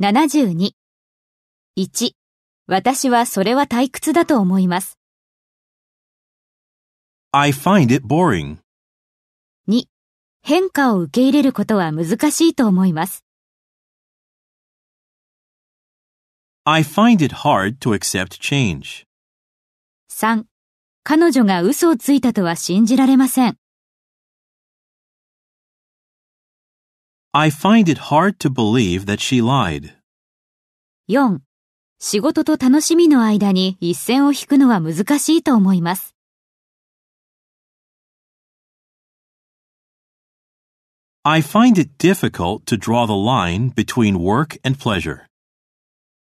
72。1、私はそれは退屈だと思います。 I find it boring. 2、変化を受け入れることは難しいと思います。 I find it hard to accept change. 3、彼女が嘘をついたとは信じられません。 I find it hard to believe that she lied. 4、仕事と楽しみの間に一線を引くのは難しいと思います。 I find it difficult to draw the line between work and pleasure.